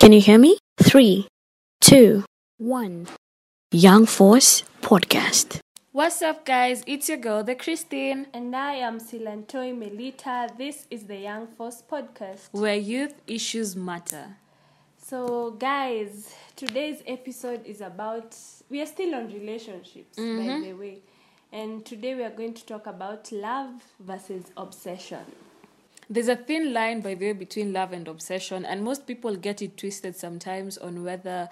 Can you hear me? Three, two, one. Young Force Podcast. What's up, guys? It's your girl, the Christine, And I am Silantoi Melita. This is the Young Force Podcast. where youth issues matter. So, guys, today's episode is about. We are still on relationships, Mm-hmm. by the way. And today we are going to talk about love versus obsession. There's a thin line, by the way, between love and obsession, and most people get it twisted sometimes on whether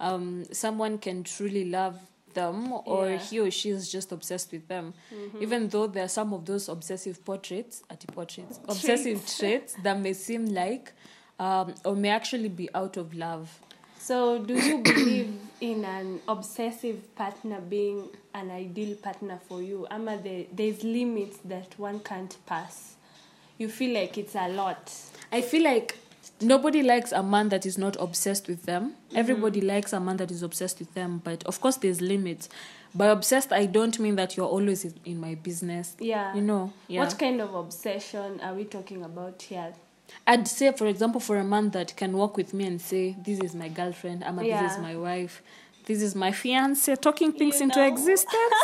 um, someone can truly love them or Yeah. he or she is just obsessed with them. Even though there are some of those obsessive portraits, anti portraits, obsessive traits that may seem like um, or may actually be out of love. So, do you believe in an obsessive partner being an ideal partner for you? Ama, there, there's limits that one can't pass. You feel like it's a lot. I feel like nobody likes a man that is not obsessed with them. Mm-hmm. Everybody likes a man that is obsessed with them, but of course there's limits. By obsessed, I don't mean that you're always in- in my business. Yeah. You know. Yeah. What kind of obsession are we talking about here? I'd say, for example, for a man that can walk with me and say, "This is my girlfriend," "Ama, this is Yeah. my wife," "This is my fiance," talking things You into know. existence.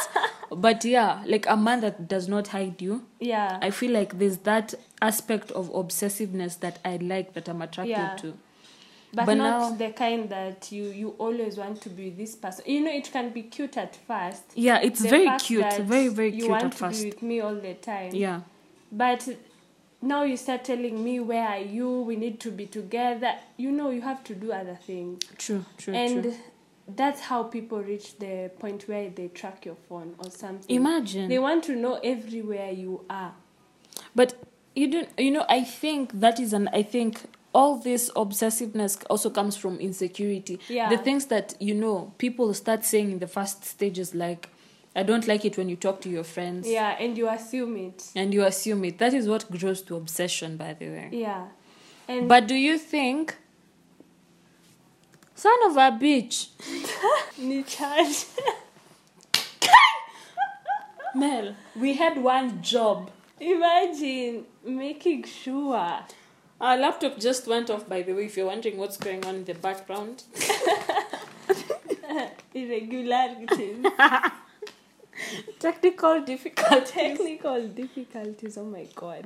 but yeah, like a man that does not hide you. Yeah. I feel like there's that aspect of obsessiveness that I like that I'm attracted Yeah. to. but, but not now- the kind that you you always want to be with this person. You know, it can be cute at first. Yeah, it's The very fact cute, that very very you cute want at to first. be with me all the time. Yeah, But now you start telling me where are you? We need to be together. You know, you have to do other things. true, true, and true. that's how people reach the point where they track your phone or something. Imagine, They want to know everywhere you are. but you don't. You know, I think that is an. I think all this obsessiveness also comes from insecurity. Yeah. the things that you know people start saying in the first stages, like, I don't like it when you talk to your friends. Yeah, and you assume it. and you assume it. That is what grows to obsession, by the way. Yeah. And But do you think, son of a bitch, ni charge. Mel? We had one job. Imagine making sure. Our laptop just went off, by the way, if you're wondering what's going on in the background. Irregularities, Technical difficulty. technical difficulties. Oh my god!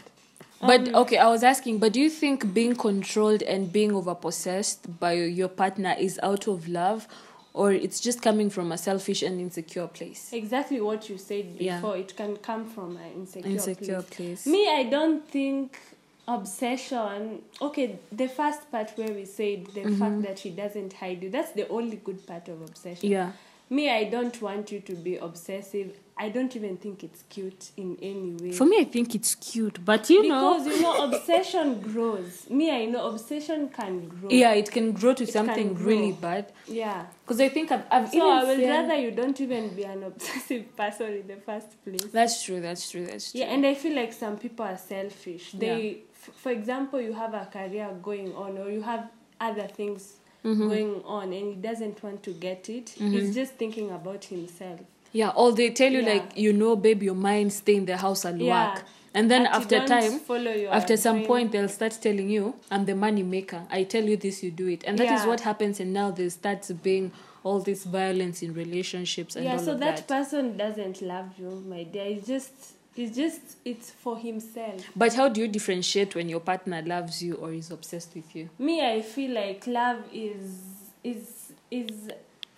But okay, I was asking, but do you think being controlled and being overpossessed by your partner is out of love or it's just coming from a selfish and insecure place? Exactly what you said Yeah. before. It can come from an insecure, Insecure place. place. Me, I don't think obsession. Okay, the first part where we said the Mm-hmm. fact that she doesn't hide you. That's the only good part of obsession. Yeah. Me, I don't want you to be obsessive. I don't even think it's cute in any way. For me, I think it's cute, but you know. because you know obsession grows. Me, I know obsession can grow. Yeah, it can grow to It can something grow. really bad. Yeah. Because I think I've, I've So I even would seen- rather you don't even be an obsessive person in the first place. That's true. That's true. That's true. Yeah, and I feel like some people are selfish. They, f- for example, you have a career going on or you have other things Mm-hmm. going on, and he doesn't want to get it. He's just thinking about himself. Yeah, or they tell you Yeah. like, you know, babe, your mind stay in the house and Yeah. work. And then But you after don't time, follow your after some dream. point, they'll start telling you, I'm the money maker. I tell you this, you do it. And that is Yeah. what happens. And now there starts being all this violence in relationships and yeah, all so of that, that. person doesn't love you, my dear. It's just, it's just, it's for himself. But how do you differentiate when your partner loves you or is obsessed with you? me i feel like love is is is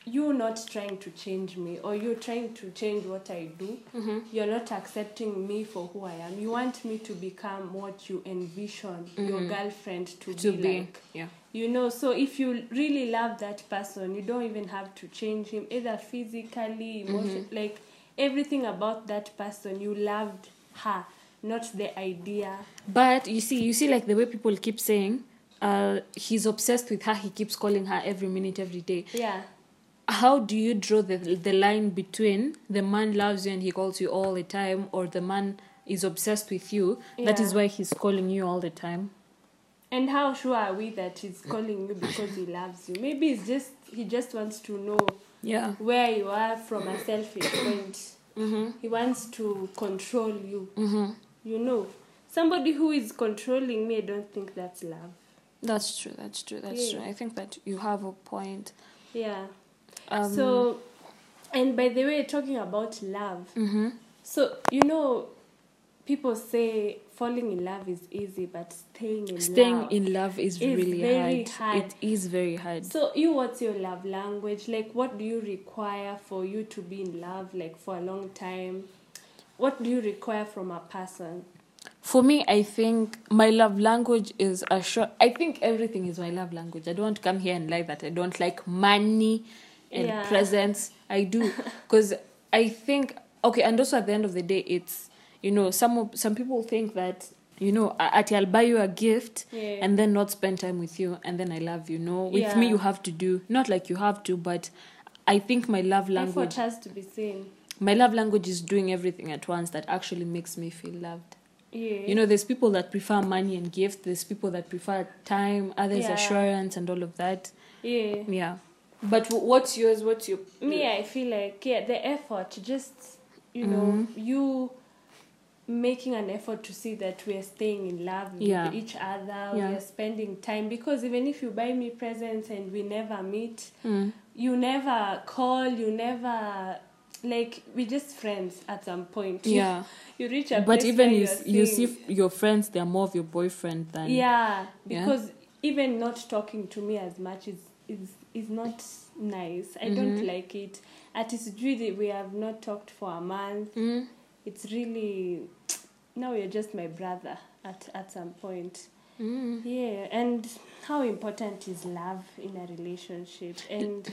you not trying to change me or you trying to change what i do Mm-hmm. you're not accepting me for who i am you want me to become what you envision your girlfriend to, Mm-hmm. To be, be, like yeah. you know so if you really love that person you don't even have to change him either physically emotionally like everything about that person you loved her not the idea But you see, you see, like the way people keep saying, uh, he's obsessed with her. He keeps calling her every minute, every day. yeah how do you draw the the line between the man loves you and he calls you all the time or the man is obsessed with you that is Yeah. why he's calling you all the time And how sure are we that he's calling you because he loves you? Maybe it's just he just wants to know yeah where you are from a selfish point. He wants to control Mm-hmm. you. You know, somebody who is controlling me, I don't think that's love. That's true. That's true. That's Yeah. true. I think that you have a point. Yeah. Um, so, and by the way, talking about love. hmm So you know, people say falling in love is easy, but staying in staying love. in love is It's really very hard. hard. It is very hard. So you, what's your love language? Like, what do you require for you to be in love? Like for a long time, what do you require from a person? For me, I think my love language is a short. I think everything is my love language. I don't want to come here and lie that I don't like money and Yeah. presents. I do because I think okay, and also at the end of the day, it's you know some of- some people think that you know at I'll buy you a gift Yeah. and then not spend time with you and then I love you. No, with me Yeah. you have to do not like you have to, but I think my love language, Effort has to be seen. my love language is doing everything at once that actually makes me feel loved. Yeah. You know, there's people that prefer money and gifts, there's people that prefer time, others Yeah. assurance and all of that. Yeah. Yeah. But w- what's yours? What's your me i feel like yeah the effort just you know Mm-hmm. you making an effort to see that we are staying in love Yeah. with each other Yeah. we are spending time because even if you buy me presents and we never meet Mm. you never call you never like we just friends at some point You- Yeah. you, reach a But place even where you you're s- you see seeing- f- your friends, they're more of your boyfriend than yeah Yeah. because even not talking to me as much is is is not nice i Mm-hmm. don't like it at sijui we have not talked for a month Mm. it's really now you're just my brother at at some point Mm. yeah and how important is love in a relationship and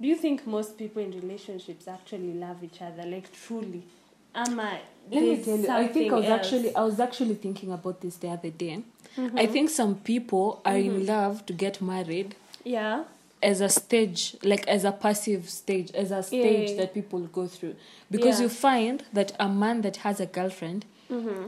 do you think most people in relationships actually love each other like truly ama Let me there's tell you, I think I was something else? Mm-hmm. actually I was actually thinking about this the other day. I think some people are in love to get married yeah as a stage, like as a passive stage, as a stage Yeah. that people go through. Because Yeah. Mm-hmm. you find that a man that has a girlfriend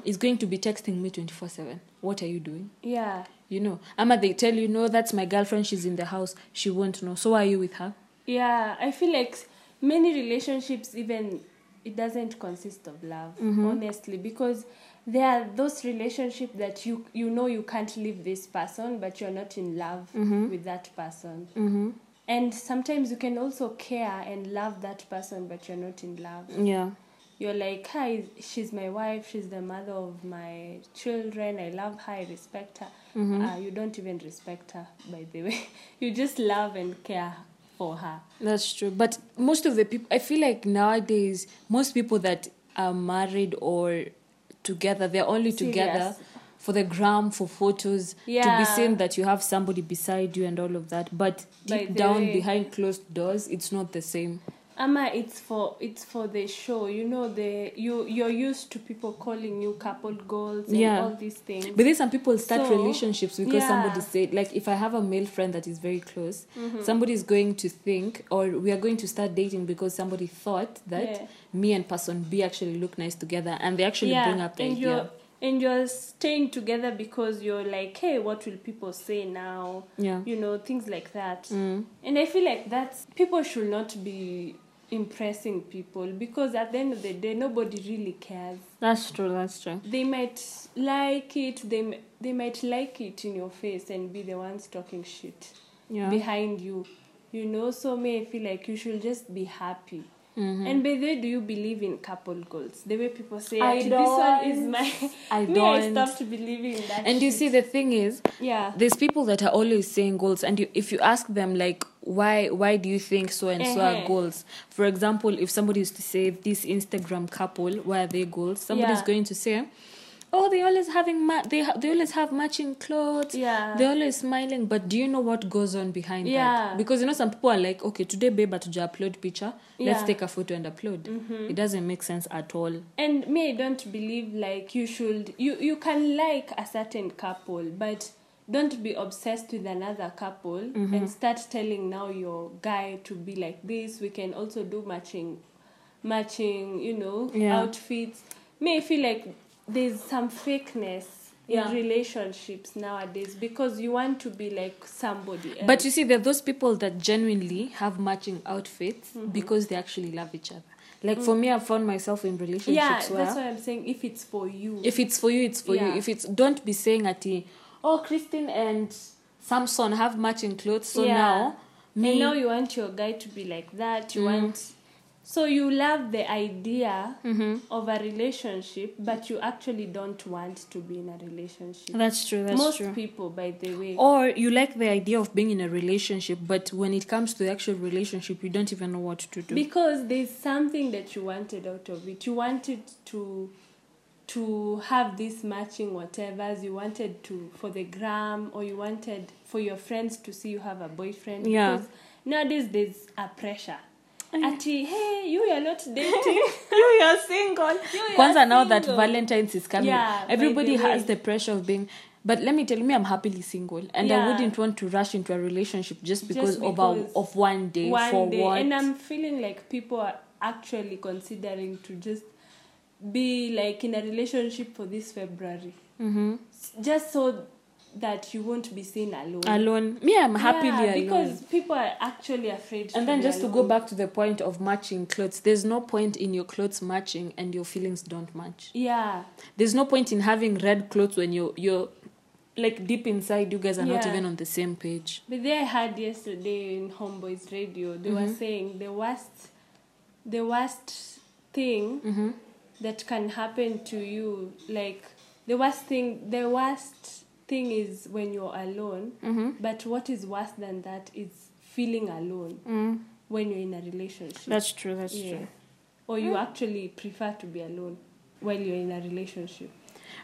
is going to be texting me 24 7. What are you doing? yeah You know, Ama, they tell you, no, that's my girlfriend, she's in the house, she won't know. So why are you with her? Yeah, I feel like many relationships even it doesn't consist of love, honestly, because there are those relationships that you you know you can't leave this person, but you're not in love with that person. Mm-hmm. And sometimes you can also care and love that person, but you're not in love. Yeah. You're like, hi, she's my wife, she's the mother of my children, I love her, I respect her. Uh, you don't even respect her, by the way. you just love and care for her. That's true. But most of the people, I feel like nowadays, most people that are married or together, they're only together Serious. for the gram, for photos, to Yeah. be seen that you have somebody beside you and all of that. But By deep the down, way- behind closed doors, it's not the same. Ama, it's for it's for the show. You know the you you're used to people calling you couple goals and Yeah. all these things. But then some people start So, relationships because yeah. somebody said, like, if I have a male friend that is very close, Mm-hmm. somebody is going to think, or we are going to start dating because somebody thought that Yeah. me and person B actually look nice together, and they actually bring up the and idea. you're and you're staying together because you're like, hey, what will people say now? Yeah. Mm. You know things like that. And I feel like that's people should not be impressing people because at the end of the day, nobody really cares. That's true. That's true. They might like it. They m- they might like it in your face and be the ones talking shit. Yeah. behind you you know so may i feel like you should just be happy Mm-hmm. and by the way do you believe in couple goals the way people say I "Ati, this one is my I me i don't. stopped believing in that and you shit. see, the thing is, yeah there's people that are always saying goals, and you, if you ask them like, why, why do you think so and so are Uh-huh. goals? For example, if somebody is to say this Instagram couple, why are they goals? Somebody's Yeah. going to say, oh, they always having ma- they ha- they always have matching clothes. Yeah. They're always smiling, but do you know what goes on behind Yeah. that? Because you know some people are like, okay, today babe, but upload picture. Let's Yeah. take a photo and upload. It doesn't make sense at all. and me i don't believe like you should you you can like a certain couple but don't be obsessed with another couple Mm-hmm. and start telling now your guy to be like this we can also do matching matching you know Yeah. outfits me i feel like there's some fakeness Yeah. in relationships nowadays because you want to be like somebody else But you see, there are those people that genuinely have matching outfits Mm-hmm. because they actually love each other. Like for me, I found myself in relationships Mm. yeah where that's why i'm saying if it's for you if it's for you, it's for Yeah. you. If it's don't be saying at oh Christine and Samson have matching clothes. So Yeah. now And me Mm. now you want your guy to be like that. You want. So you love the idea Mm-hmm. of a relationship, but you actually don't want to be in a relationship. that's true. That's Most true. people, by the way. or you like the idea of being in a relationship, but when it comes to the actual relationship, you don't even know what to do. because there's something that you wanted out of it you wanted to to have this matching whatever's you wanted to for the gram or you wanted for your friends to see you have a boyfriend Yeah. Oh, because nowadays there's a pressure Ati, hey, you are not dating. you are single. you Kwanza are now that single. Valentine's is coming, Yeah, by everybody the has way. the pressure of being. But let me tell you, me, I'm happily single, and I Yeah. wouldn't want to rush into a relationship just because, because of a, of one day for One day, what. and I'm feeling like people are actually considering to just be like in a relationship for this February, mm-hmm. just so that you won't be seen alone. alone. Me, I'm happily yeah, alone. because people are actually afraid and then be just to go alone. back to the point of matching clothes, there's no point in your clothes matching and your feelings don't match. yeah There's no point in having red clothes when you're you're like deep inside you guys are not Yeah. even on the same page. but they had yesterday in homeboys radio they Mm-hmm. were saying the worst the worst thing Mm-hmm. that can happen to you like the worst thing the worst thing is when you're alone Mm-hmm. but what is worse than that is feeling alone Mm. when you're in a relationship That's true. That's yeah. or you Mm. actually prefer to be alone while you're in a relationship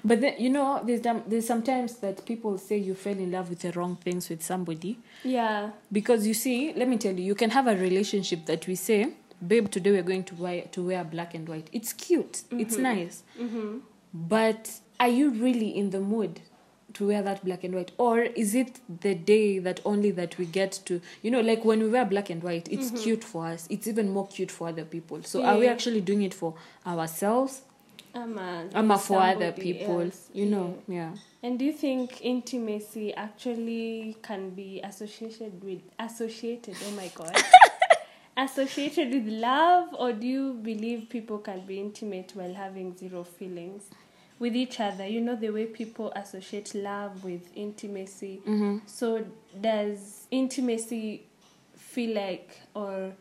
But then, you know, there's dam- there's sometimes that people say you fell in love with the wrong things with somebody yeah because you see, let me tell you, you can have a relationship that we say, babe, today we're going to wear to wear black and white. It's cute, it's Mm-hmm. nice, but are you really in the mood? To wear that black and white, or is it the day that only that we get to, you know, like when we wear black and white, it's cute for us, it's even more cute for other people. So, are we Mm-hmm. Yeah. actually doing it for ourselves? I'm a, Ama for other somebody people, else. you know, yeah. Yeah. And do you think intimacy actually can be associated with associated? Oh my god. associated with love or do you believe people can be intimate while having zero feelings with each other you know the way people associate love with intimacy Mm-hmm. so does intimacy feel like or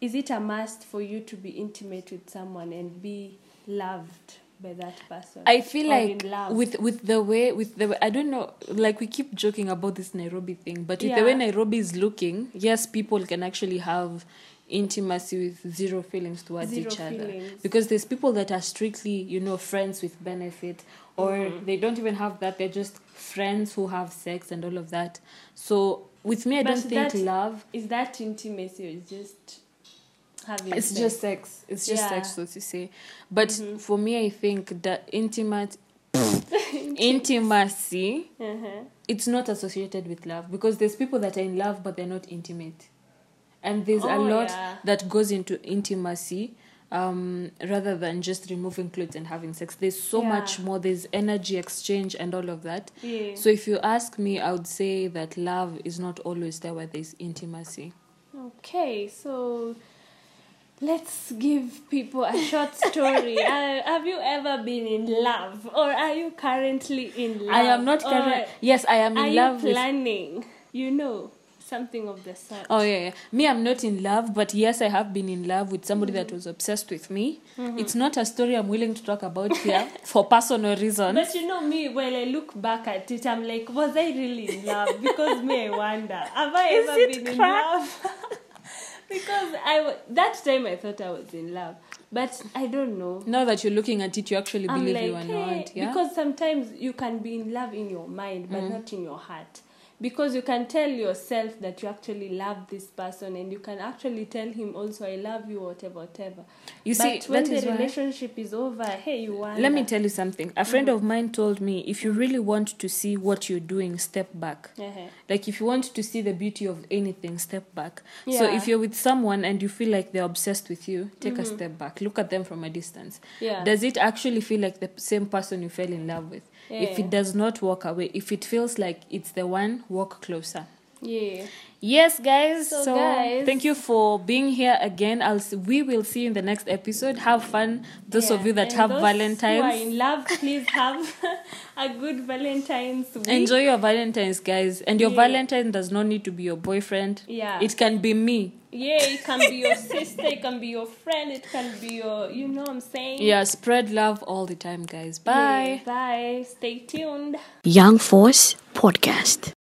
is it a must for you to be intimate with someone and be loved by that person I feel Or like in love? with with the way with the way, I don't know like we keep joking about this Nairobi thing, but with the Yeah. way Nairobi is looking, yes, people can actually have intimacy with zero feelings towards Zero each other feelings. because there's people that are strictly you know friends with benefit or Mm-hmm. they don't even have that they're just friends who have sex and all of that so with me i But don't think that- love is that intimacy or is just having it's sex? just sex it's just sex so to say but Mm-hmm. for me i think that intimate intimacy uh-huh. it's not associated with love because there's people that are in love but they're not intimate and there's a Oh, lot yeah. that goes into intimacy um, rather than just removing clothes and having sex there's so Yeah. much more there's energy exchange and all of that Yeah. so if you ask me i would say that love is not always there where there's intimacy Okay, so let's give people a short story. uh, have you ever been in love, or are you currently in love? i am not or current yes i am Are in you love with planning? You know something of the sort. Oh yeah, yeah. Me, I'm not in love, but yes, I have been in love with somebody that was obsessed with me. Mm-hmm. It's not a story I'm willing to talk about here for personal reasons. But you know me, when I look back at it, I'm like, was I really in love? Because me, I wonder, have I Is ever it been in crack? love? because I w- that time I thought I was in love, but I don't know. Now that you're looking at it, you actually I'm believe like, you are "Hey," not. Yeah. Mm-hmm. Because sometimes you can be in love in your mind, but not in your heart. Because you can tell yourself that you actually love this person, and you can actually tell him also, I love you, whatever, whatever. You see, but when that the is why- relationship is over, hey, you want. Let me tell you something. A friend Mm-hmm. of mine told me if you really want to see what you're doing, step back. Uh-huh. Like if you want to see the beauty of anything, step back. So Yeah. Mm-hmm. if you're with someone and you feel like they're obsessed with you, take a step back. Look at them from a distance. Yeah. Does it actually feel like the same person you fell in love with? If Yeah. it does not walk away, if it feels like it's the one, walk closer. Yeah. Yes, guys. So, So, guys- thank you for being here again. I'll see, we will see you in the next episode. Have fun, those Yeah, of you that and have those Who are Valentine's. in love, please have a good Valentine's week. Enjoy your Valentine's, guys. And your Yeah. Valentine does not need to be your boyfriend. Yeah. It can be me. yeah, it can be your sister, it can be your friend, it can be your, you know what I'm saying? Yeah, spread love all the time, guys. Bye. Yeah, bye. Stay tuned. Young Force Podcast.